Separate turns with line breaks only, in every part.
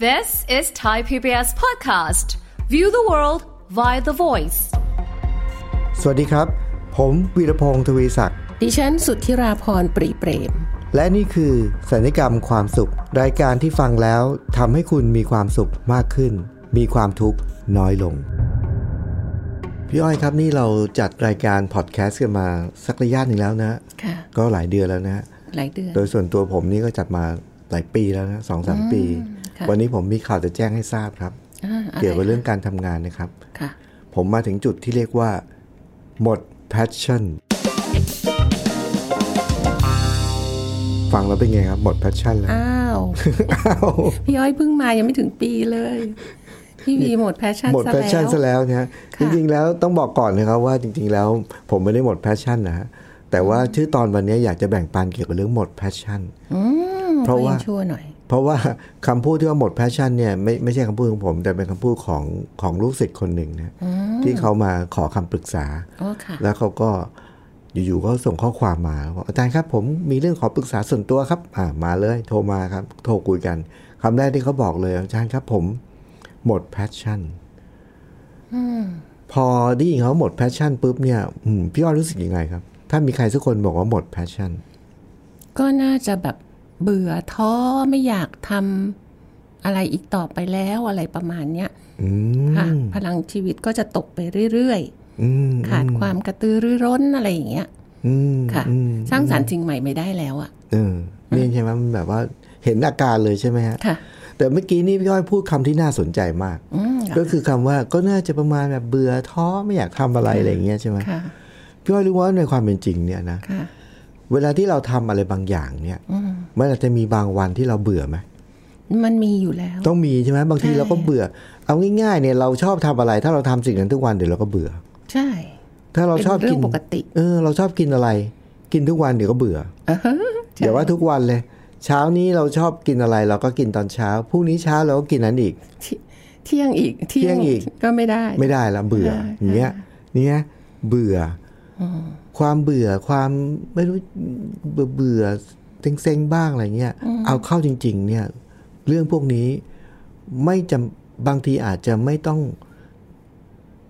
This is Thai PBS Podcast. View the world via the voice.
สวัสดีครับ ผมวีรพงศ์ทวีศักดิ์
ดิฉันสุทธิราพรปรีเปรม
และนี่คือสัญญกรรมความสุข รายการที่ฟังแล้วทำให้คุณมีความสุขมากขึ้น มีความทุกข์น้อยลง พี่อ้อยครับนี่เราจัดรายการพอดแคสต์กันมาสักระยะหนึ่งแล้วนะ
ค่ะ
ก็หลายเดือนแล้วนะฮะ
หลายเดือน
โดยส่วนตัวผมนี่ก็จัดมาหลายปีแล้วนะสองสามปี
ค่ะ
วันนี้ผมมีข่าวจะแจ้งให้ทราบครับ
อ่าอะไร
เกี่ยวกับเรื่องการทำงานนะครับ
ค่ะ
ผมมาถึงจุดที่เรียกว่า หมด passion ฟังแล้วเป็นไงครับ หมด passion แล้ว
อ้าว พี่อ้อยเพิ่งมายังไม่ถึงปีเลย พี่วีหมดแพชชั่น
หมด
ซะ
passion ซะ
แล้ว
แล้วนะฮะจ
ค่ะ
ริงๆแล้วต้องบอกก่อนนะครับว่าจริง ๆ แล้วผมไม่ได้หมด passion นะฮะแต่ว่าชื่อตอนวันนี้อยากจะแบ่งปันเกี่ยวกับเรื่องหมด passion
อืม
เพราะว่า
ก็ยังชั่วหน่อย
เพราะว่าคำพูดที่ว่าหมด passion เนี่ยไม่ไม่ใช่คำพูดของผม แต่เป็นคำพูดของของลูกศิษย์คนหนึ่งนะที่เขามาขอคำปรึกษา
อ๋อค่ะ
แล้วเขาก็อยู่ๆก็ส่งข้อความมาบอกอาจารย์ครับ ผมมีเรื่องขอปรึกษาส่วนตัวครับ อ่ามาเลย โทรมาครับ โทรคุยกันคำแรกที่เขาบอกเลยอาจารย์ครับ ผม หมดแพชชั่นพอได้ยินเขาหมดแพชชั่นปุ๊บเนี่ยอืมพี่อ้อยรู้สึกยังไงครับ ถ้ามีใครสักคนบอกว่าหมดแพชชั่น
ก็น่าจะแบบเบื่อท้อไม่อยากทำอะไรอีกต่อไปแล้วอะไรประมาณเนี้ย
อืม
ค่ะ พลังชีวิตก็จะตกไปเรื่อย
อืม
ๆ ขาดความกระตือรือร้นอะไรอย่างเงี้ย
อืม
ค่ะ
อืม
สร้างสรรค์สิ่งใหม่ไม่ได้แล้วอะ
เออนี่ใช่ไหมมันแบบว่าเห็นอาการเลยใช่ไหมฮะ
ค่ะ
แต่เมื่อกี้นี่พี่อ้อยพูดคำที่น่าสนใจมาก
อืม
ก็คือคำว่าก็น่าจะประมาณแบบเบื่อท้อไม่อยากทำอะไรอะไรอย่างเงี้ยใช่ไหม
ค่ะ
พี่อ้อยรู้ว่าในความเป็นจริงเนี่ยนะ
ค่ะ
เวลาที่เราทำอะไรบางอย่างเนี่ยมันอาจจะมีบางวันที่เราเบื่อไหม
มันมีอยู่แล้ว
ต้องมีใช่ไหมบางที
ใช่
เราก็เบื่อ เอาง่ายๆเนี่ยเราชอบทำอะไร ถ้าเราทำสิ่งนั้นทุกวันเดี๋ยวเราก็เบื่อ
ใช่
ถ้าเราชอบ
เป็นเรื่
กิ
อนงปกติ
เออเราชอบกินอะไร กินทุกวันเดี๋ยวก็เบื่อ
เออ ใช่
เดี๋ยวว่าทุกวันเลย เช้านี้เราชอบกินอะไร เราก็กินตอนเช้าพรุ่งนี้เช้าเราก็กินนั้นอีก
เที่ยเที่ยงอีก
เที่ยงอีก
ก็ไม่ได้
ไม่ได้ละเบื่อ
ใช่
อย่างเงี้ยเนี่ยเบื่ออความเบื่อความไม่รู้เบื่อเบื่อเซ็งๆบ้างอะไรเงี้ยเอาเข้าจริง ๆ เนี่ย เรื่องพวกนี้ไม่จำบางทีอาจจะไม่ต้อง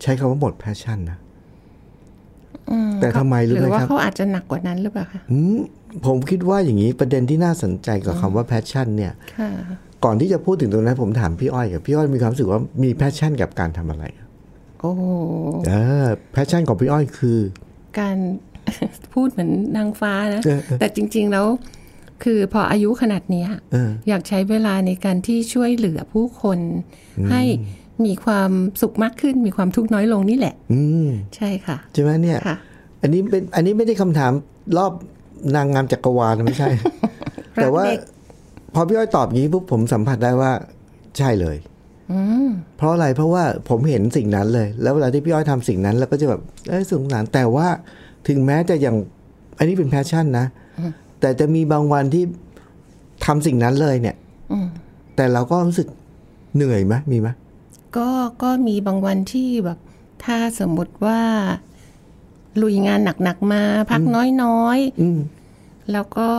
ใช้คำว่าหมดแพชชั่นนะแต่ทำไม
ห
รู้
รื
ไหม
อว่า
ครับ
เขาอาจจะหนักกว่านั้นหรือเปล่าคะ
อืมผมคิดว่าอย่างนี้ประเด็นที่น่าสนใจกับคำว่าแพชชั่นเนี่ย
ค่ะ
ก่อนที่จะพูดถึงตรงนั้นผมถามพี่อ้อยกับพี่อ้อยมีความรู้สึกว่ามีแพชชั่นกับการทำอะไร
โอ้โห
เออแพชชั่นของพี่อ้อยคือ
การ พูดเหมือนนางฟ้านะ แต่จริง ๆ แล้ว คือพออายุขนาดเนี้ย
เออ
อยากใช้เวลาในการที่ช่วยเหลือผู้คน ให้มีความสุขมากขึ้น มีความทุกข์น้อยลงนี่แหละ
อืม
ใช่ค่ะ
ใช่ไหมเนี่ย
ค่ะ
อันนี้เป็น อันนี้ไม่ได้คำถามรอบนางงามจักกรวาลนะไม่ใช่ แต่ว่า
รักเด็ก
พอพี่อ้อยตอบอย่างนี้ปุ๊บผมสัมผัสได้ว่าใช่เลย เพราะอะไรเพราะว่าผมเห็นสิ่งนั้นเลย แล้วเวลาที่พี่อ้อยทำสิ่งนั้น แล้วก็จะแบบเอ้ยสงสารแต่ว่าถึงแม้จะยังอันนี้เป็นแพชชั่นนะ แต่จะมีบางวันที่ทำสิ่งนั้นเลยเนี่ยแต่เราก็รู้สึกเหนื่อยไหมมีไหม
ก็ก็มีบางวันที่แบบถ้าสมมติว่า ลุยงานหนัก ๆ มา พักน้อยๆแล้วก็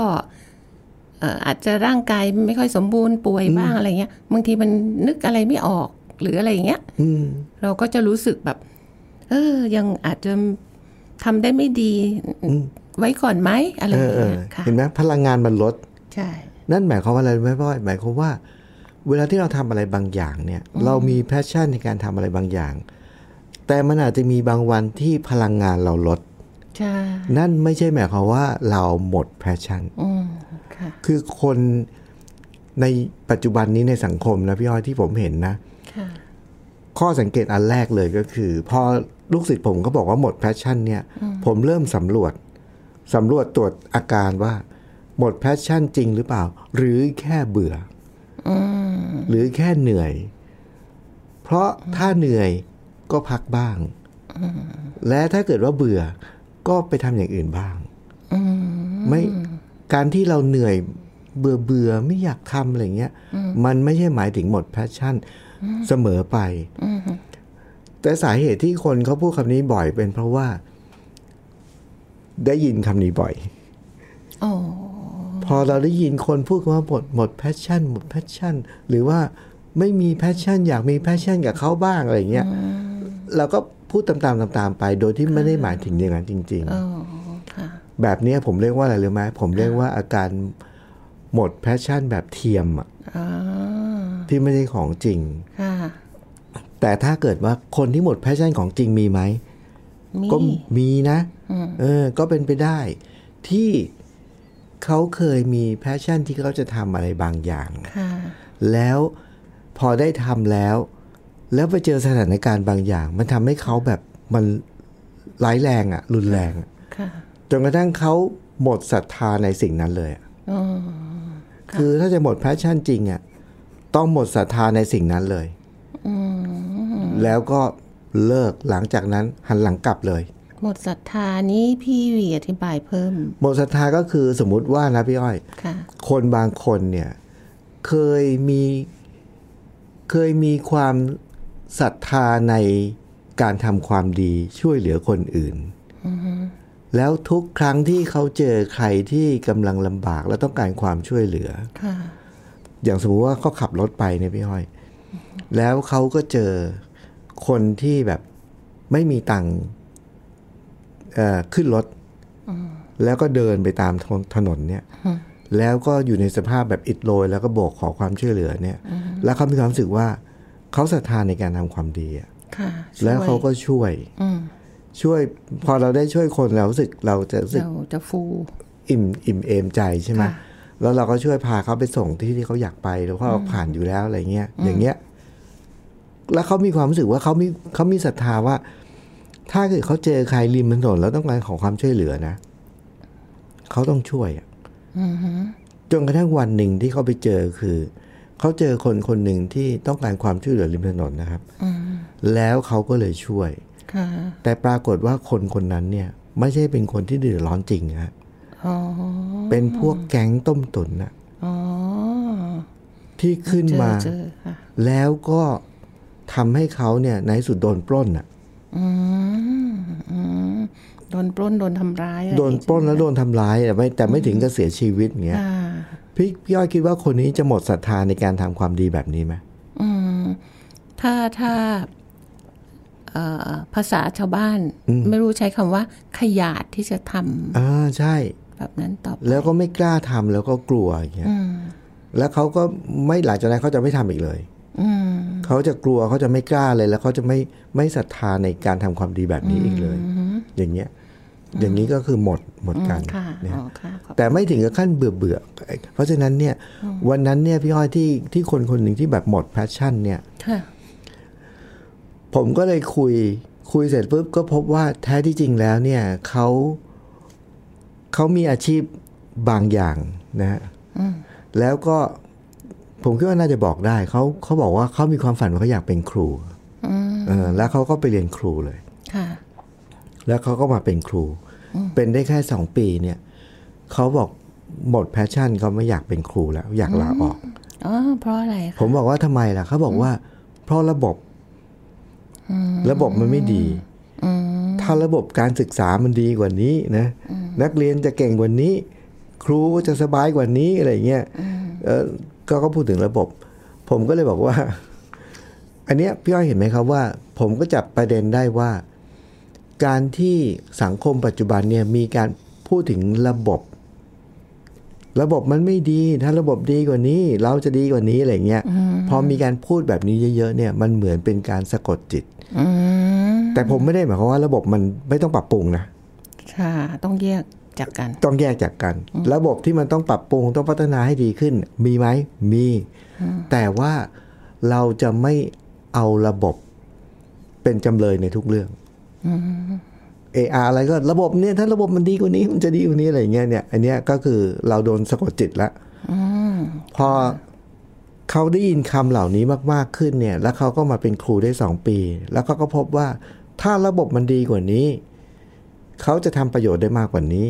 เอ่ออาจจะร่างกายไม่ค่อยสมบูรณ์ป่วยบ้างอะไรเงี้ยบางทีมันนึกอะไรไม่ออกหรืออะไรอย่างเงี้ยเราก็จะรู้สึกแบบ เออ ยังอาจจะทำได้ไม่ดี ไว้ก่อนไหมอะไร
เอ
อย่า
อง เอ
เงี้
อย
ค่ะ
เห็นไหมพลังงานมันลด
ใช่
นั่นหมายความว่าอะไรรู้ไหมพ่อ้อยหมายความว่า เวลาที่เราทำอะไรบางอย่างเนี่ย เรามีแพชชั่นในการทำอะไรบางอย่าง แต่มันอาจจะมีบางวันที่พลังงานเราลด
ใช่
นั่นไม่ใช่หมายความว่าเราหมดแพชชั่น
อืมค่ะ
คือคนในปัจจุบันนี้ในสังคมนะพี่อ้อยที่ผมเห็นนะ
ค่ะ
ข้อสังเกตอันแรกเลยก็คือ พอลูกศิษย์ผมก็บอกว่าหมดแพชชั่นเนี่ย ผมเริ่มสำรวจสำรวจตรวจอาการว่า หมดแพชชั่นจริงหรือเปล่า หรือแค่เบื่ออหรือแค่เหนื่อย เพราะถ้าเหนื่อยก็พักบ้าง และถ้าเกิดว่าเบื่อก็ไปทำอย่างอื่นบ้างไม่การที่เราเหนื่อยเบื่อเบื่อไม่อยากทำอะไรเงี้ย มันไม่ใช่หมายถึงหมดแพชชั่นเสมอไป แต่สาเหตุที่คนเขาพูดคำนี้บ่อยเป็นเพราะว่า ได้ยินคำนี้บ่อย
อ๋อ
พอเราได้ยินคนพูดคำว่าหมดหมดแพชชั่นหมดแพชชั่น หรือว่า ไม่มีแพชชั่น อยากมีแพชชั่นกับเขาบ้างอะไรอย่างเงี้ยเราก็พูดตามๆตามๆไป โดยที่ไม่ได้หมายถึงอย่างนั้นจริง ๆ
อ๋อค่ะ
แบบเนี้ยผมเรียกว่าอะไรรู้ไหมผมเรียกว่าอาการหมดแพชชั่นแบบเทียมอะ
อ๋อ
ที่ไม่ได้ของจริง
ค่ะ
แต่ถ้าเกิดว่าคนที่หมดแพชชั่นของจริงมีไหม
มี
ก็มีนะเออ ก็เป็นไปได้ ที่เขาเคยมีแพชชั่นที่เขาจะทำอะไรบางอย่าง
ค่ะ
แล้วพอได้ทำแล้ว แล้วไปเจอสถานการณ์บางอย่าง มันทำให้เขาแบบมันร้ายแรงอะรุนแรงอะ
ค่ะ
จนกระทั่งเขาหมดศรัทธาในสิ่งนั้นเลยอะคือถ้าจะหมดแพชชั่นจริงอ่ะ ต้องหมดศรัทธาในสิ่งนั้นเลย แล้วก็เลิกหลังจากนั้นหันหลังกลับเลย
หมดศรัทธานี้พี่วีอธิบายเพิ่ม
หมดศรัทธาก็คือสมมติว่านะพี่อ้อย
ค่ะ
คนบางคนเนี่ย เคยมีเคยมีความศรัทธาในการทำความดีช่วยเหลือคนอื่น แล้วทุกครั้งที่เขาเจอใครที่กำลังลำบากและต้องการความช่วยเหลือ
ค่ะ
อย่างสมมติว่าเขาขับรถไปเนี่ยพี่ห้อย แล้วเขาก็เจอคนที่แบบไม่มีตังค์เอ่อขึ้นรถ แล้วก็เดินไปตามถนถนนเนี่ย แล้วก็อยู่ในสภาพแบบอิดโรยแล้วก็โบกขอความช่วยเหลือเนี่ย แล้วเขามีความรู้สึกว่าเขาศรัทธาในการทำความดีอะ
ค่ะ
แล้วเขาก็ช่วย
อืม
ช่วย พอเราได้ช่วยคนเรารู้สึกเราจะรู้สึก
เราจะฟู
อิ่มอิ่มเอมใจใช่ไหม
ค่ะ
แล้วเราก็ช่วยพาเขาไปส่งที่ที่เขาอยากไปหรือว่าเราผ่านอยู่แล้วอะไรเงี้ย อย่างเงี้ย แล้วเขามีความรู้สึกว่าเขามีเขามีศรัทธาว่า ถ้าเกิดเขาเจอใครริมถนนแล้วต้องการขอความช่วยเหลือนะเขาต้องช่วยอะจนกระทั่งวันหนึ่งที่เขาไปเจอคือเขาเจอคนคนหนึ่งที่ต้องการความช่วยเหลือริมถนนนะครับแล้วเขาก็เลยช่วย
ค่ะ
แต่ปรากฏว่าคนคนนั้นเนี่ย ไม่ใช่เป็นคนที่เดือดร้อนจริงฮะ
อ๋อ
เป็นพวกแก๊งต้มตุ๋นน่ะ
อ๋อ
ที่ขึ้น
เจอ
มา
เจอค่ะ
แล้วก็ทำให้เขาเนี่ยในสุดโดนปล้นน่ะ
อืมอืมโดนปล้นโดนทำร้ายอะไร
โดนปล้นแล้วโดนทำร้ายแต่ไม่แต่ไม่ถึงกับเสียชีวิตเงี้ย
อ่า
พี่พี่อ้อยคิดว่าคนนี้จะหมดศรัทธาในการทำความดีแบบนี้ไหม
อืม ถ้าถ้าเอ่อภาษาชาวบ้าน ไม่รู้ใช้คำว่า ขยาดที่จะท
อ่าใช่
ำแบบนั้นต่อไป
แล้วก็ไม่กล้าทำแล้วก็กลัวอย่างเงี้ยแล้วเขาก็ไม่หลังจากนั้นเขาจะไม่ทำอีกเลยเขาจะกลัวเขาจะไม่กล้าเลยแล้วเขาจะไม่ไม่ศรัทธาในการทำความดีแบบนี้อีกเลย อย่างเงี้ย อย่างนี้ก็คือหมดหมดกัน
ค่ะ
เนี่ย
อ๋อค่ะขอบ
แต่ไม่ถึงกับขั้นเบื่อเบื่อๆเพราะฉะนั้นเนี่ย วันนั้นเนี่ยพี่อ้อยที่ที่คนคนหนึ่งที่แบบหมดแพชชั่นเนี่ย
ค่ะ
ผมก็เลยคุยคุยเสร็จปุ๊บก็พบว่าแท้ที่จริงแล้วเนี่ยเขาเขามีอาชีพบางอย่างนะฮะแล้วก็ผมคิดว่าน่าจะบอกได้เขาเขาบอกว่าเขามีความฝันว่าเขาอยากเป็นครูเออแล้วเขาก็ไปเรียนครูเลย
ค่ะ
แล้วเขาก็มาเป็นครู เป็นได้แค่สองปีเนี่ยเขาบอกหมดแพชชั่นเขาไม่อยากเป็นครูแล้วอยากลาออก
อ๋อ เพราะอะไร
ผ
คะ
มบอกว่าทำไมล่ะเขาบอกว่า เพราะระบบ ระบบมันไม่ดีถ้าระบบการศึกษามันดีกว่านี้นะนักเรียนจะเก่งกว่านี้ ครูก็จะสบายกว่านี้อะไรเงี้ยเอ่อก็ก็พูดถึงระบบ ผมก็เลยบอกว่า อันเนี้ยพี่อ้อยเห็นไหมครับว่า ผมก็จับประเด็นได้ว่า การที่สังคมปัจจุบันเนี่ยมีการพูดถึงระบบ ระบบมันไม่ดี ถ้าระบบดีกว่านี้ เราจะดีกว่านี้อะไรเงี้ยพอมีการพูดแบบนี้เยอะๆเนี่ย มันเหมือนเป็นการสะกดจิต
อืม
แต่ผมไม่ได้หมายความว่าระบบมันไม่ต้องปรับปรุงนะ
ค่ะ ต้องแยกจากกัน
ต้องแยกจากกัน ระบบที่มันต้องปรับปรุงต้องพัฒนาให้ดีขึ้น มีไหมมี แต่ว่าเราจะไม่เอาระบบเป็นจำเลยในทุกเรื่องเอออะไรก็ระบบเนี่ย ถ้าระบบมันดีกว่านี้ มันจะดีกว่านี้อะไรอย่างเงี้ยเนี่ยอันเนี้ยก็คือเราโดนสะกดจิตละพอเขาได้ยินคำเหล่านี้มาก ๆขึ้นเนี่ย แล้วเขาก็มาเป็นครูได้สองปี แล้วเขาก็พบว่าถ้าระบบมันดีกว่านี้ เขาจะทำประโยชน์ได้มากกว่านี้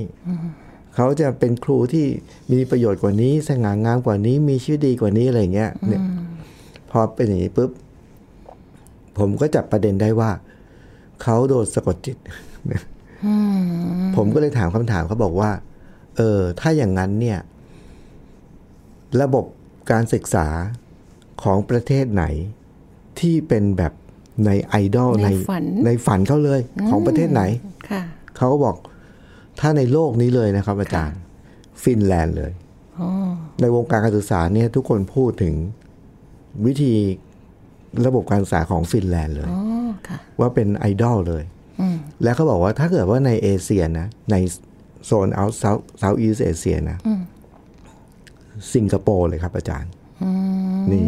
เขาจะเป็นครูที่มีประโยชน์กว่านี้ สง่างามกว่านี้ มีชีวิตดีกว่านี้อะไรอย่างเงี้ยเนี่ย พอเป็นอย่างนี้ปุ๊บ ผมก็จับประเด็นได้ว่า เขาโดนสะกดจิต ผมก็เลยถามคำถามเขาบอกว่า เออ ถ้าอย่างนั้นเนี่ย ระบบการศึกษา ของประเทศไหนที่เป็นแบบในไอดอล
ในฝัน
ในฝันเขาเลยของประเทศไหน
ค่ะ
เขาก็บอกถ้าในโลกนี้เลยนะครับอาจารย์ ฟินแลนด์เลย ในวงการการศึกษาเนี่ยทุกคนพูดถึงวิธีระบบการศึกษาของฟินแลนด์เลย
อ๋อ ค่ะ
ว่าเป็นไอดอลเลย แล้วเขาบอกว่าถ้าเกิดว่าในเอเชียนะ ในโซนเอาท์เซาท์เซาท์อีสเอเชียนะ สิงคโปร์เลยครับอาจารย์ นี่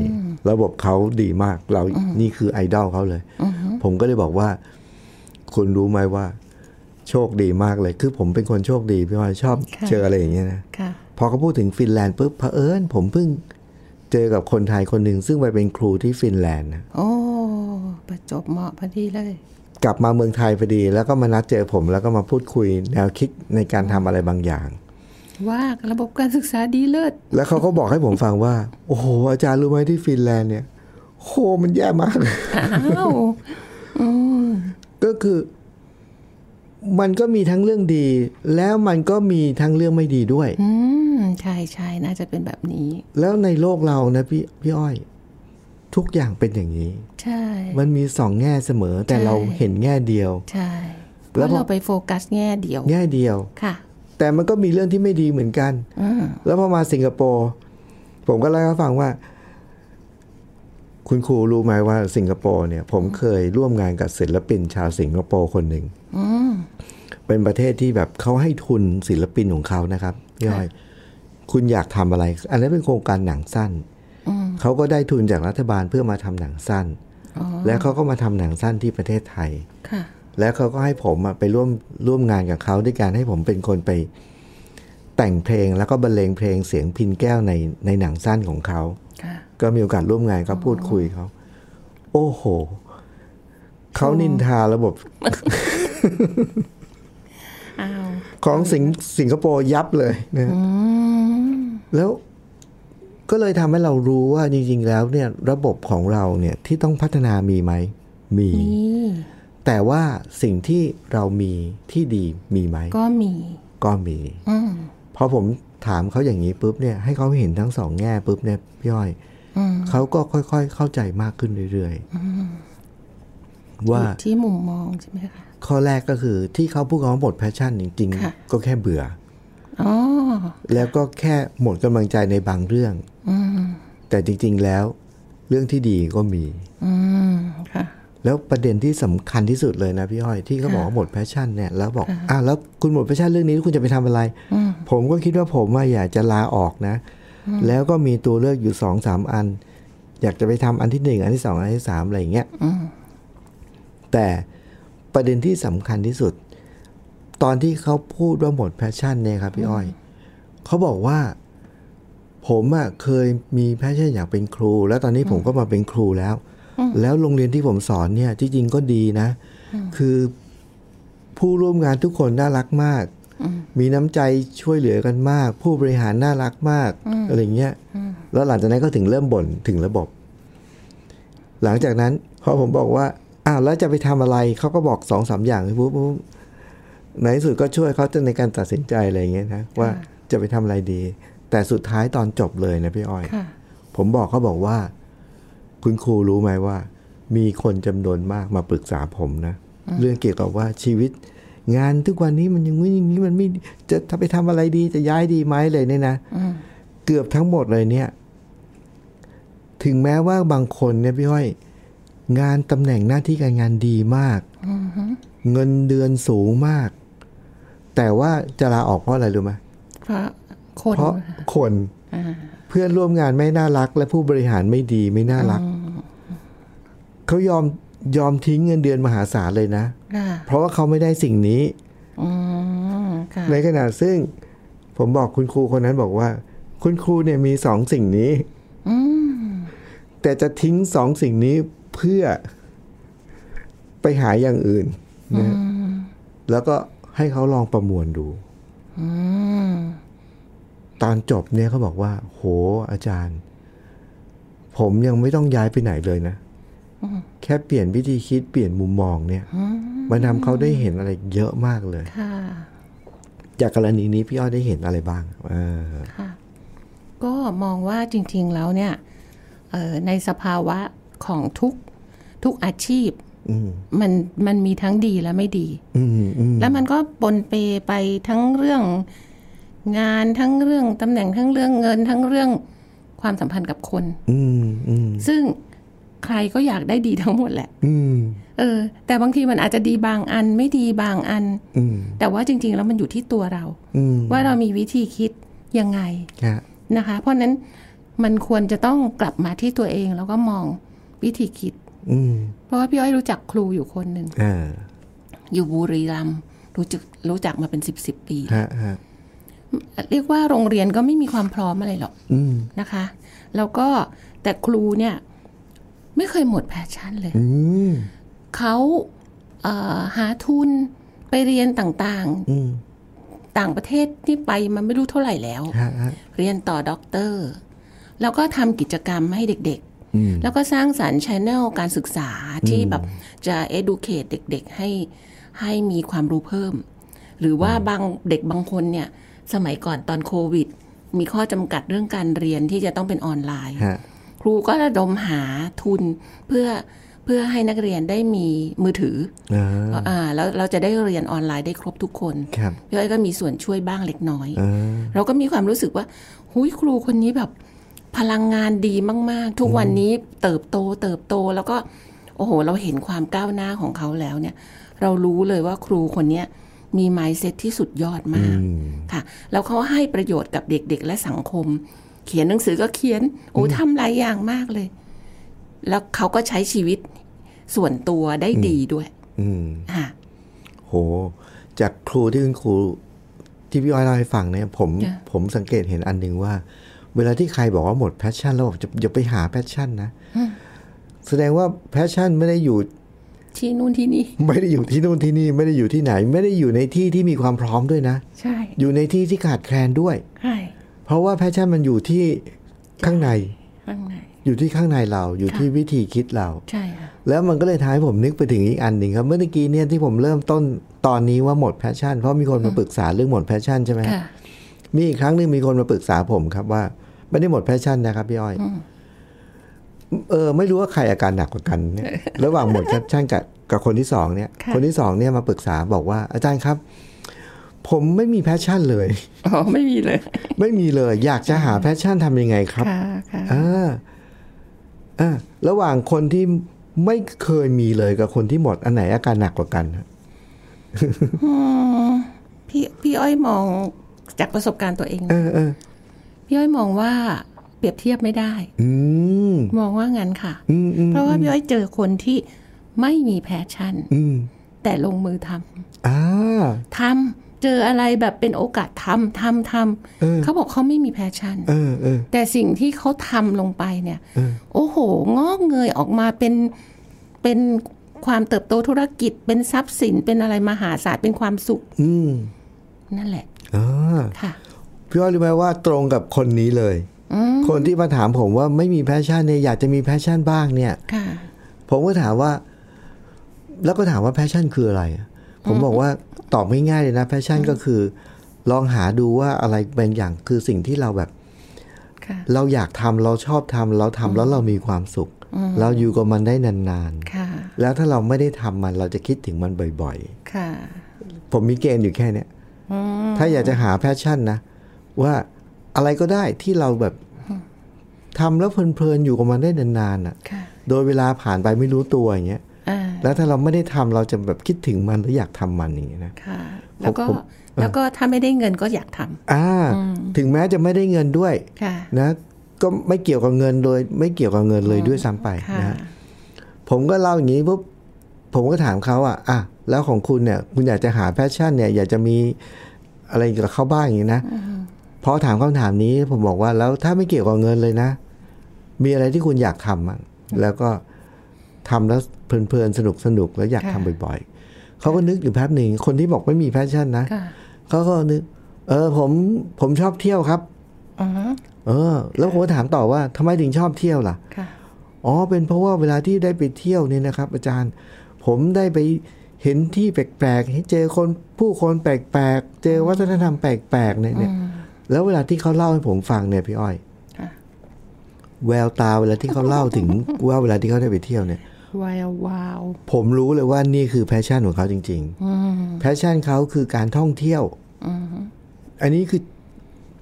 ระบบเขาดีมาก เรานี่คือไอดอลเขาเลย ผมก็เลยบอกว่า คุณรู้ไหมว่า โชคดีมากเลย คือผมเป็นคนโชคดีพี่ว่าชอบ
ค่ะ
เจออะไรอย่างเงี้ยนะ
ค่ะ
พอเขาพูดถึงฟินแลนด์ปุ๊บเผอิญผมเพิ่งเจอกับคนไทยคนหนึ่งซึ่งไปเป็นครูที่ฟินแลนด์นะ
โอ้ ประจวบเหมาะพอดีเลย
กลับมาเมืองไทยพอดี แล้วก็มานัดเจอผม แล้วก็มาพูดคุยแนวคิดในการทำอะไรบางอย่าง
ว่าระบบการศึกษาดีเลิศ
แล้วเขาก็บอกให้ผมฟังว่า โอ้โห อาจารย์รู้ไหมที่ฟินแลนด์เนี่ยโหมันแย่มาก
อ้าว
ก็คือ มันก็มีทั้งเรื่องดี แล้วมันก็มีทั้งเรื่องไม่ดีด้วย
อืม ใช่ใช่น่าจะเป็นแบบนี้
แล้วในโลกเรานะพี่พี่อ้อย ทุกอย่างเป็นอย่างนี้
ใช่
มันมีสองแง่เสมอ แต่เราเห็นแง่เดียว
ใช่เพ
แล้วพอ
ราะเราไปโฟกัสแง่เดียว
แง่เดียว
ค่ะ
แต่มันก็มีเรื่องที่ไม่ดีเหมือนกัน
อืม
แล้วพอมาสิงคโปร์ ผมก็เล่าให้เขาฟังว่า คุณครูรู้ไหมว่าสิงคโปร์เนี่ย ผมเคยร่วมงานกับศิลปินชาวสิงคโปร์คนหนึ่งเป็นประเทศที่แบบเขาให้ทุนศิลปินของเขานะครับพี่อ้อย คุณอยากทำอะไร อันนั้นเป็นโครงการหนังสั้นเขาก็ได้ทุนจากรัฐบาลเพื่อมาทำหนังสั้น
อ๋อ
แล้วเขาก็มาทำหนังสั้นที่ประเทศไทย
ค่ะ
แล้วเขาก็ให้ผมอะไปร่วมร่วมงานกับเขาด้วยการให้ผมเป็นคนไปแต่งเพลงแล้วก็บรรเลงเพลงเสียงพินแก้วในในหนังสั้นของเขา
ค่ะ
ก็มีโอกาสร่วมงานก็พูดคุยเขา โอ้โห เขานินทาระบบ
อ้าว
ของสิงสิงคโปร์ยับเลยนะแล้วก็เลยทำให้เรารู้ว่าจริง ๆ แล้วเนี่ยระบบของเราเนี่ยที่ต้องพัฒนามีไหม มี
นี่
แต่ว่าสิ่งที่เรามีที่ดีมีไหม
ก็มี
ก็มี
อืม
พอผมถามเขาอย่างนี้ปุ๊บเนี่ยให้เขาเห็นทั้งสองแง่ปุ๊บเนี่ยพี่อ้อย
อืม
เขาก็ค่อยๆ เข้าใจมากขึ้นเรื่อยๆ ว่า
อยู่ที่มุมมองใช่ไหมคะ
ข้อแรกก็คือที่เขาพูดคำว่าหมดแพชชั่นจริง
ค่ะ
ๆ ก็แค่เบื่อ
อ๋อ
แล้วก็แค่หมดกำลังใจในบางเรื่องแต่จริงๆแล้ว เรื่องที่ดีก็มี
อืม ค่ะ
แล้วประเด็นที่สำคัญที่สุดเลยนะพี่อ้อยที่เขาบอกว่าหมดแพชชั่นเนี่ยแล้วบอกอ่ะแล้วคุณหมดแพชชั่นเรื่องนี้แล้วคุณจะไปทำอะไร ผมก็คิดว่าผมว่าอยากจะลาออกนะ แล้วก็มีตัวเลือกอยู่สองสามอัน อยากจะไปทำอันที่หนึ่งอันที่สองอันที่สามอะไรอย่างเงี้ยแต่ประเด็นที่สำคัญที่สุด ตอนที่เขาพูดว่าหมดแพชชั่นเนี่ยครับพี่อ้อยเขาบอกว่า ผมอะเคยมีแพชชั่นอยากเป็นครู แล้วตอนนี้ผมก็มาเป็นครูแล้ว แล้วโรงเรียนที่ผมสอนเนี่ยที่จริงก็ดีนะ คือผู้ร่วมงานทุกคนน่ารักมาก มีน้ำใจช่วยเหลือกันมาก ผู้บริหารน่ารักมากอะไรเงี้ยแล้วหลังจากนั้นก็ถึงเริ่มบ่นถึงระบบ หลังจากนั้นพอผมบอกว่าอ้าวแล้วจะไปทำอะไรเขาก็บอกสองสามอย่างปุ๊บปุ๊บในที่สุดก็ช่วยเขาในการตัดสินใจอะไรเงี้ยนะว่าจะไปทำอะไรดี แต่สุดท้ายตอนจบเลยนะพี่อ้อย
ค่ะ
ผมบอกเขาบอกว่า คุณครูรู้ไหมว่า มีคนจำนวนมากมาปรึกษาผมนะ เรื่องเกี่ยวกับว่าชีวิต งานทุกวันนี้มันยังไม่อย่างนี้มันไม่จะถ้าไปทำอะไรดีจะย้ายดีไหมเลยเนี่ยนะเกือบทั้งหมดเลยเนี่ย ถึงแม้ว่าบางคนเนี่ยพี่ห้อย งานตำแหน่งหน้าที่การงานดีมากเงินเดือนสูงมาก แต่ว่าจะลาออกเพราะอะไรรู้ไหม
เพราะคน
เพราะคนเพื่อนร่วมงานไม่น่ารัก และผู้บริหารไม่ดีไม่น่ารัก เขายอมยอมทิ้งเงินเดือนมหาศาลเลยนะ
ค่ะ
เพราะว่าเขาไม่ได้สิ่งนี้
อืม ค่ะ
ในขณะซึ่ง ผมบอกคุณครูคนนั้นบอกว่า คุณครูเนี่ยมีสองสิ่งนี้แต่จะทิ้งสองสิ่งนี้เพื่อไปหาอย่างอื่นนะแล้วก็ให้เขาลองประมวลดู
อืม
ตอนจบเนี่ยเขาบอกว่า โหอาจารย์ ผมยังไม่ต้องย้ายไปไหนเลยนะ แค่เปลี่ยนวิธีคิดเปลี่ยนมุมมองเนี่ย มันทำเขาได้เห็นอะไรเยอะมากเลย
ค่ะ
จากกรณีนี้พี่อ้อยได้เห็นอะไรบ้างเออ
ก็มองว่าจริง ๆ แล้วเนี่ย เอ อ่อในสภาวะของทุกทุกอาชีพมันมันมีทั้งดีและไม่ดี
อืมอืม
แล้วมันก็ปนเปไปทั้งเรื่องงานทั้งเรื่องตำแหน่งทั้งเรื่องเงินทั้งเรื่องความสัมพันธ์กับคน
อืมอืม
ซึ่งใครก็อยากได้ดีทั้งหมดแหละ
อืม
เออ แต่บางทีมันอาจจะดีบางอันไม่ดีบางอัน
อืม
แต่ว่าจริง ๆ แล้วมันอยู่ที่ตัวเรา
อืม
ว่าเรามีวิธีคิดยังไง
ฮะ
นะคะ เพราะฉะนั้นมันควรจะต้องกลับมาที่ตัวเองแล้วก็มองวิธีคิด
อืม
เพราะว่าพี่อ้อยรู้จักครูอยู่คนหนึ่ง
อ่า
อยู่บุรีรัมย์รู้จักรู้จักมาเป็นสิบสิบปี
ฮะฮะ
เรียกว่าโรงเรียนก็ไม่มีความพร้อมอะไรหรอก
อืม
นะคะ แล้วก็แต่ครูเนี่ย ไม่เคยหมดแพชชั่นเลย
อืม
เขาเอ่อหาทุนไปเรียนต่าง
อืม
ๆ ต่างประเทศที่ไปมันไม่รู้เท่าไหร่แล้ว
ฮะฮะ
เรียนต่อด็อกเตอร์ แล้วก็ทำกิจกรรมให้เด็ก
อืม
ๆ แล้วก็สร้างสารรค์ชแนลการศึกษาที่แบบจะ educate เด็ก ๆ ให้ให้มีความรู้เพิ่ม หรือว่าบางเด็กบางคนเนี่ย สมัยก่อนตอนโควิด มีข้อจำกัดเรื่องการเรียนที่จะต้องเป็นออนไลน์
ฮะ
ครูก็ระดมหาทุนเพื่อเพื่อให้นักเรียนได้มีมือถือ
อ่า
ออ่าแล้วเราจะได้เรียนออนไลน์ได้ครบทุกคน
ครับ
พี่อ้อยก็มีส่วนช่วยบ้างเล็กน้อย
อ่า
เราก็มีความรู้สึกว่าหุยครูคนนี้แบบพลังงานดีมาก ๆ ทุกวันนี้เติบโตเติบโตแล้วก็ โอ้โห เราเห็นความก้าวหน้าของเขาแล้วเนี่ย เรารู้เลยว่าครูคนเนี้ยมี mindset ที่สุดยอดมาก
อืม
ค่ะแล้วเขาให้ประโยชน์กับเด็กๆ และสังคม เขียนหนังสือก็เขียนโอ้ทำหลายอย่างมากเลย แล้วเขาก็ใช้ชีวิตส่วนตัวได้ดีด้วย
อืม
ค่ะ
โห จากครูที่คุณครูที่พี่อ้อยเล่าให้ฟังเนี่ยผมผมสังเกตเห็นอันหนึ่งว่า เวลาที่ใครบอกว่าหมดแพชชั่นแล้วบอกจะอย่าไปหาแพชชั่นนะ แสดงว่าแพชชั่นไม่ได้อยู่
ที่นู่นที่นี่
ไม่ได้อยู่ที่นู่นที่นี่ไม่ได้อยู่ที่ไหน ไม่ได้อยู่ในที่ที่มีความพร้อมด้วยนะ
ใช่
อยู่ในที่ที่ขาดแคลนด้วย
ใช่
เพราะว่าแพชชั่นมันอยู่ที่ข้างใน
ข้างใน
อยู่ที่ข้างในเรา อยู่ที่วิธีคิดเรา
ใช่ค่ะ
แล้วมันก็เลยทำให้ผมนึกไปถึงอีกอันหนึ่งครับ เมื่อกี้เนี่ยที่ผมเริ่มต้นตอนนี้ว่าหมดแพชชั่นเพราะมีคนมาปรึกษาเรื่องหมดแพชชั่นใช่ไหมฮะ
ค่ะ
มีอีกครั้งหนึ่งมีคนมาปรึกษาผมครับว่า ไม่ได้หมดแพชชั่นนะครับพี่อ้อย เออ ไม่รู้ว่าใครอาการหนักกว่ากัน เนี่ย ระหว่างหมดแพชชั่นกับกับคนที่สองเนี่ย
ค่ะ
คนที่สองเนี่ยมาปรึกษาบอกว่า อาจารย์ครับ ผมไม่มีแพชชั่นเลย
อ๋อไม่มีเลย
ไม่มีเลย อยากจะหาแพชชั่นทำยังไงครับ
ค่ะค่ะ
อ่าอ่าระหว่างคนที่ไม่เคยมีเลยกับคนที่หมดอันไหนอาการหนักกว่ากันฮะ
พี่พี่อ้อยมองจากประสบการณ์ตัวเอง
เอ
นะ
อเออ
พี่อ้อยมองว่าเปรียบเทียบไม่ได้
อืม
มองว่างั้นค่ะ
อืมอืม
เพราะว่าพี่อ้อยเจอคนที่ไม่มีแพชชั่น
อืม
แต่ลงมือทำ
อ่า
ทำเจออะไรแบบเป็นโอกาสทำทำท
เออ
ำเขาบอกเขาไม่มีแพชชั่น
เออเออ
แต่สิ่งที่เขาทำลงไปเนี่ย
เออ
โอ้โห งอกเงยออกมาเป็นเป็นความเติบโตธุรกิจ เป็นทรัพย์สินเป็นอะไรมหาศาลเป็นความสุข
อืม
นั่นแหละ
อ่า
ค่ะ
พี่อ้อยรู้ไหมว่าตรงกับคนนี้เลย คนที่มาถามผมว่าไม่มีแพชชั่นเนี่ยอยากจะมีแพชชั่นบ้างเนี่ย
ค่ะ
ผมก็ถามว่า แล้วก็ถามว่าแพชชั่นคืออะไร ผมบอกว่าตอบไม่ง่ายๆเลยนะแพชชั่นก็คือ ลองหาดูว่าอะไรบางอย่างคือสิ่งที่เราแบบ
ค่ะ
เราอยากทำเราชอบทำเราทำแล้วเรามีความสุข เราอยู่กับมันได้นาน
ค่ะ
ๆ แล้วถ้าเราไม่ได้ทำมันเราจะคิดถึงมันบ่อย ๆ
ค่ะ
ผมมีเกณฑ์อยู่แค่เนี้ยถ้าอยากจะหาแพชชั่นนะ ว่าอะไรก็ได้ที่เราแบบทำแล้วเพลินๆอยู่กับมันได้นานๆอ่ะ
ค่ะ
โดยเวลาผ่านไปไม่รู้ตัวอย่างเงี้ย
อ่า
แล้วถ้าเราไม่ได้ทำเราจะแบบคิดถึงมันแล้วอยากทำมันอย่างเงี้ยนะ
ค่ะ แล้วก็
ผม
แล้วก็ถ้าไม่ได้เงินก็อยากท
อ่า ถึงแม้จะไม่ได้เงินด้วย
ำค่ะ
นะ ก็ไม่เกี่ยวกับเงินโดย ไม่เกี่ยวกับเงินเลยด้วยซ้ำไป
ค่ะ
นะฮะ ผมก็เล่าอย่างนี้ปุ๊บผมก็ถามเขาอ่ะอ่ะแล้วของคุณเนี่ย คุณอยากจะหาแพชชั่นเนี่ย อยากจะมีอะไรกับเขาบ้างอย่างนี้นะพอถามคำถามนี้ ผมบอกว่าแล้วถ้าไม่เกี่ยวกับเงินเลยนะ มีอะไรที่คุณอยากทำอะแล้วก็ทำแล้วเพลินๆสนุกสนุกๆแล้วอยาก
ค่ะ
ทำบ่อยๆเขาก็นึกอยู่แป๊บหนึ่งคนที่บอกไม่มีแพชชั่นนะ
ค่ะ
เขาก็นึก เออ ผมผมชอบเที่ยวครับ
อ๋อ
เออ แล้วผมก็ถามต่อว่าทำไมถึงชอบเที่ยวล่ะ
ค่ะ
อ๋อ เป็นเพราะว่าเวลาที่ได้ไปเที่ยวเนี่ยนะครับ อาจารย์ ผมได้ไปเห็นที่แปลกๆเห็นเจอคนผู้คนแปลกๆ เจอวัฒนธรรมแปลกๆเนี่ยเนี่ย แล้วเวลาที่เขาเล่าให้ผมฟังเนี่ยพี่อ้อย
ค่ะ
แววตาเวลาที่เขาเล่าถึง ว่าเวลาที่เขาได้ไปเที่ยวเนี่ย
วายวาว
ผมรู้เลยว่านี่คือแพชชั่นของเขาจริงๆแพชชั่นเขาคือการท่องเที่ยวอันนี้คือ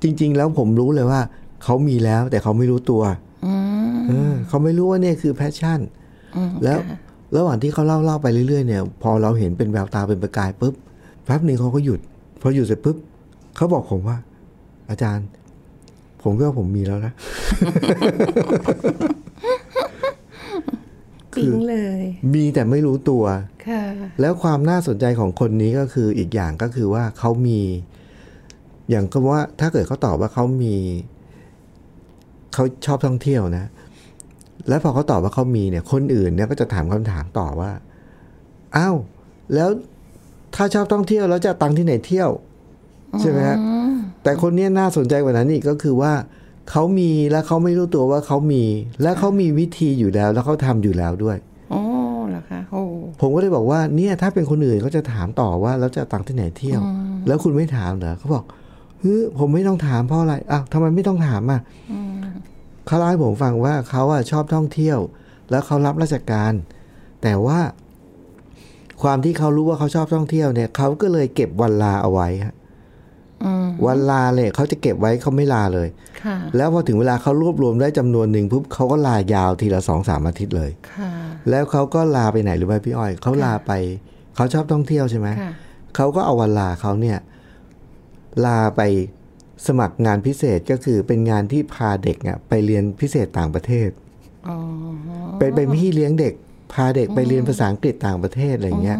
จริง ๆ แล้วผมรู้เลยว่า เขามีแล้ว แต่เขาไม่รู้ตัวเออเขาไม่รู้ว่าเนี่ยคือแพชชั่นแล้วระหว่างที่เขาเล่าเล่าไปเรื่อยๆเนี่ย พอเราเห็นเป็นแววตาเป็นประกายปุ๊บแป๊บหนึ่งเขาก็หยุด พอหยุดเสร็จปุ๊บเขาบอกผมว่า อาจารย์ ผมก็ผมมีแล้วนะ
จริงเลย
มีแต่ไม่รู้ตัว
ค่ะ
แล้วความน่าสนใจของคนนี้ก็คืออีกอย่างก็คือว่าเขามี อย่างก็ว่า ถ้าเกิดเขาตอบว่าเขามี เขาชอบท่องเที่ยวนะ แล้วพอเขาตอบว่าเขามีเนี่ย คนอื่นเนี่ยก็จะถามคำถามต่อว่าอ้าวแล้วถ้าชอบท่องเที่ยวแล้วจะเอาตังค์ที่ไหนเที่ยว ใช่ไหมฮะแต่คนเนี้ยน่าสนใจกว่านั้นอีกก็คือว่าเขามีแล้วเขาไม่รู้ตัวว่าเขามี และเขามีวิธีอยู่แล้ว แล้วเขาทำอยู่แล้วด้วย
อ๋อเหรอคะโอ้
ผมก็เลยบอกว่าเนี่ยถ้าเป็นคนอื่นเขาจะถามต่อว่าแล้วจะเอาตังค์ที่ไหนเที่ยว แล้วคุณไม่ถามเหรอเขาบอกเฮ้ยผมไม่ต้องถามเพราะอะไรอ้าวทำไมไม่ต้องถามอ่ะเขาเล่าให้ผมฟังว่าเขาอ่ะชอบท่องเที่ยว แล้วเขารับราชการ แต่ว่า ความที่เขารู้ว่าเขาชอบท่องเที่ยวเนี่ยเขาก็เลยเก็บวันลาเอาไว้ฮะ
อืม
วันลาเลยเขาจะเก็บไว้เขาไม่ลาเลย
ค่ะ
แล้วพอถึงเวลาเขารวบรวมได้จำนวนหนึ่งปุ๊บเขาก็ลายาวทีละสองสามอาทิตย์เลย
ค่ะ
แล้วเขาก็ลาไปไหนหรือไหมพี่อ้อยเขาลาไป เขาชอบท่องเที่ยวใช่ไหม
ค่ะ
เขาก็เอาวันลาเขาเนี่ย ลาไปสมัครงานพิเศษก็คือเป็นงานที่พาเด็กอะไปเรียนพิเศษต่างประเทศ
อ๋อ
เป็นเป็นพี่เลี้ยงเด็ก พาเด็กไปเรียนภาษาอังกฤษต่างประเทศอะไรอย่างเงี้ย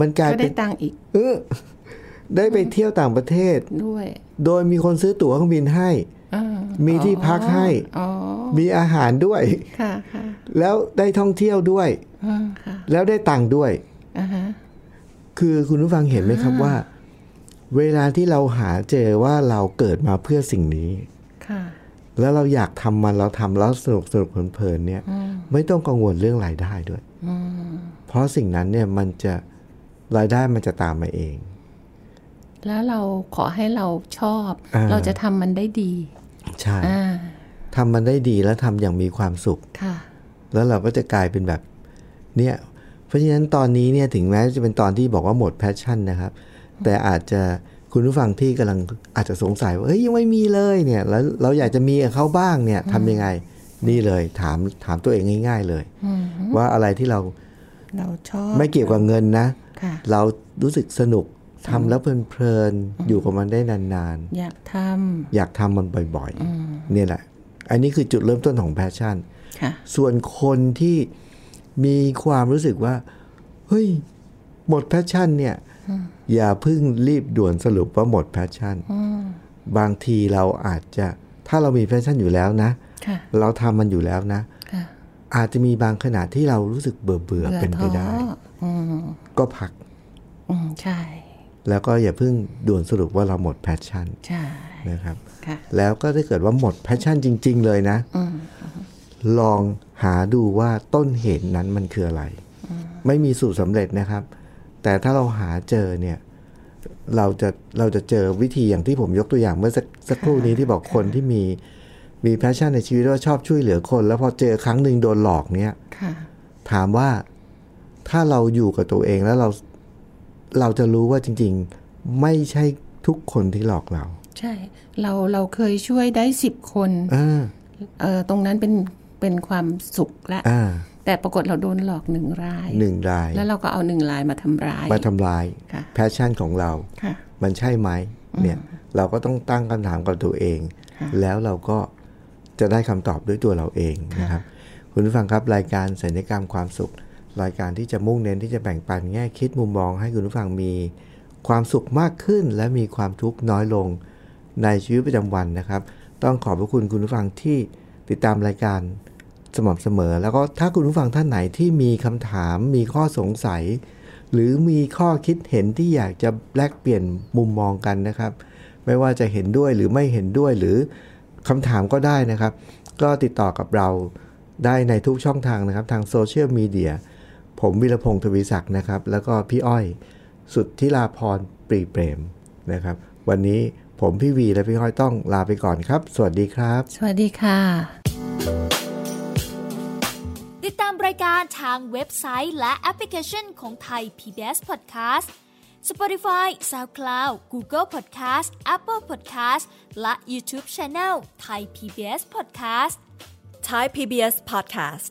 มันกลาย
ก็
เป็
ได้
น
ตังค์อีก
เออได้ไปเที่ยวต่างประเทศ
ด้วย
โดยมีคนซื้อตั๋วเครื่องบินให้
อ่า
มีที่พักให้
อ๋อ
มีอาหารด้วย
ค่ะค่ะ
แล้วได้ท่องเที่ยวด้วย
อ่าค่ะ
แล้วได้ตังค์ด้วย
อ่าฮะ
คือคุณผู้ฟังเห็นไหมครับว่า เวลาที่เราหาเจอว่าเราเกิดมาเพื่อสิ่งนี้
ค่ะ
แล้วเราอยากทำมันเราทำแล้วสนุกสนุกเพลินๆเนี่ย ไม่ต้องกังวลเรื่องรายได้ด้วยเพราะสิ่งนั้นเนี่ยมันจะรายได้มันจะตามมาเอง
แล้วเราขอให้เราชอบ
อ่า
เราจะทำมันได้ดี
ใช่
อ่า
ทำมันได้ดีแล้วทำอย่างมีความสุข
ค่ะ
แล้วเราก็จะกลายเป็นแบบ เนี่ย เพราะฉะนั้นตอนนี้เนี่ยถึงแม้จะเป็นตอนที่บอกว่าหมดแพชชั่นนะครับ แต่อาจจะคุณผู้ฟังที่กำลังอาจจะสงสัยว่าเอ้ยยังไม่มีเลยเนี่ย แล้วเราอยากจะมีกับเขาบ้างเนี่ยทำยังไง นี่เลยถามถามตัวเองง่าย ๆ เลย ว่าอะไรที่เรา
เราชอบ
ไม่เกี่ยวกับเงินนะ
ค่ะ
เรารู้สึกสนุกทำแล้วเพลินๆอยู่กับมันได้นานๆ
อยากท
อยากทำมันบ่อยๆเนี่ยแหละ อันนี้คือจุดเริ่มต้นของแพชชั่น
ำค่ะ
ส่วนคนที่มีความรู้สึกว่า เฮ้ย หมดแพชชั่นเนี่ย อย่าเพิ่งรีบด่วนสรุปว่าหมดแพชชั่น บางทีเราอาจจะถ้าเรามีแพชชั่นอยู่แล้วนะ
ค่ะ
เราทำมันอยู่แล้วนะ
ค่ะ
อาจจะมีบางขณะที่เรารู้สึกเบื่อเบื่อ
บื่อ
เป็นไปได้
ท้ออืม
ก็พัก
อืมใช่
แล้วก็อย่าเพิ่งด่วนสรุปว่าเราหมดแพชชั่น
ใช่
นะครับ
ค่ะ
แล้วก็ถ้าเกิดว่าหมดแพชชั่นจริง ๆ เลยนะ ลองหาดูว่าต้นเหตุนั้นมันคืออะไร ไม่มีสูตรสำเร็จนะครับ แต่ถ้าเราหาเจอเนี่ย เราจะเราจะเจอวิธีอย่างที่ผมยกตัวอย่างเมื่อสักสักครู่นี้ที่บอกคนที่มีมีแพชชั่นในชีวิตว่าชอบช่วยเหลือคน แล้วพอเจอครั้งหนึ่งโดนหลอกเนี่ย
ค่ะ
ถามว่าถ้าเราอยู่กับตัวเองแล้วเราเราจะรู้ว่าจริง ๆ ไม่ใช่ทุกคนที่หลอกเรา
ใช่ เราเราเคยช่วยได้สิบคน
อ่า
เออตรงนั้นเป็นเป็นความสุขละ
อ่า
แต่ปรากฏเราโดนหลอกหนึ่งราย
หนึ่งราย
แล้วเราก็เอาหนึ่งรายมาทำร้าย
มาทำลาย
ค่ะ
แพชชั่นของเรา
ค่ะ
มันใช่ไหมเนี่ยเราก็ต้องตั้งคำถามกับตัวเอง แล้วเราก็จะได้คำตอบด้วยตัวเราเองนะครับ คุณผู้ฟังครับรายการสัญญกรรมความสุข รายการที่จะมุ่งเน้นที่จะแบ่งปันแง่คิดมุมมอง ให้คุณผู้ฟังมีความสุขมากขึ้น และมีความทุกข์น้อยลงในชีวิตประจำวันนะครับ ต้องขอบพระคุณคุณผู้ฟังที่ติดตามรายการสม่ำเสมอ แล้วก็ถ้าคุณผู้ฟังท่านไหนที่มีคำถามมีข้อสงสัย หรือมีข้อคิดเห็นที่อยากจะแลกเปลี่ยนมุมมองกันนะครับ ไม่ว่าจะเห็นด้วยหรือไม่เห็นด้วยหรือคำถามก็ได้นะครับ ก็ติดต่อกับเราได้ในทุกช่องทางนะครับ ทางโซเชียลมีเดียผมวิรพงศ์ทวีศักดิ์นะครับ แล้วก็พี่อ้อยสุดทิลาพรปรีเปรมนะครับ วันนี้ผมพี่วีและพี่อ้อยต้องลาไปก่อนครับ สวัสดีครับ
สวัสดีค่ะ
ติดตามรายการทางเว็บไซต์และแอปพลิเคชันของไทย PBS Podcast Spotify SoundCloud Google Podcast Apple Podcast และ YouTube Channel Thai PBS Podcast
Thai PBS Podcast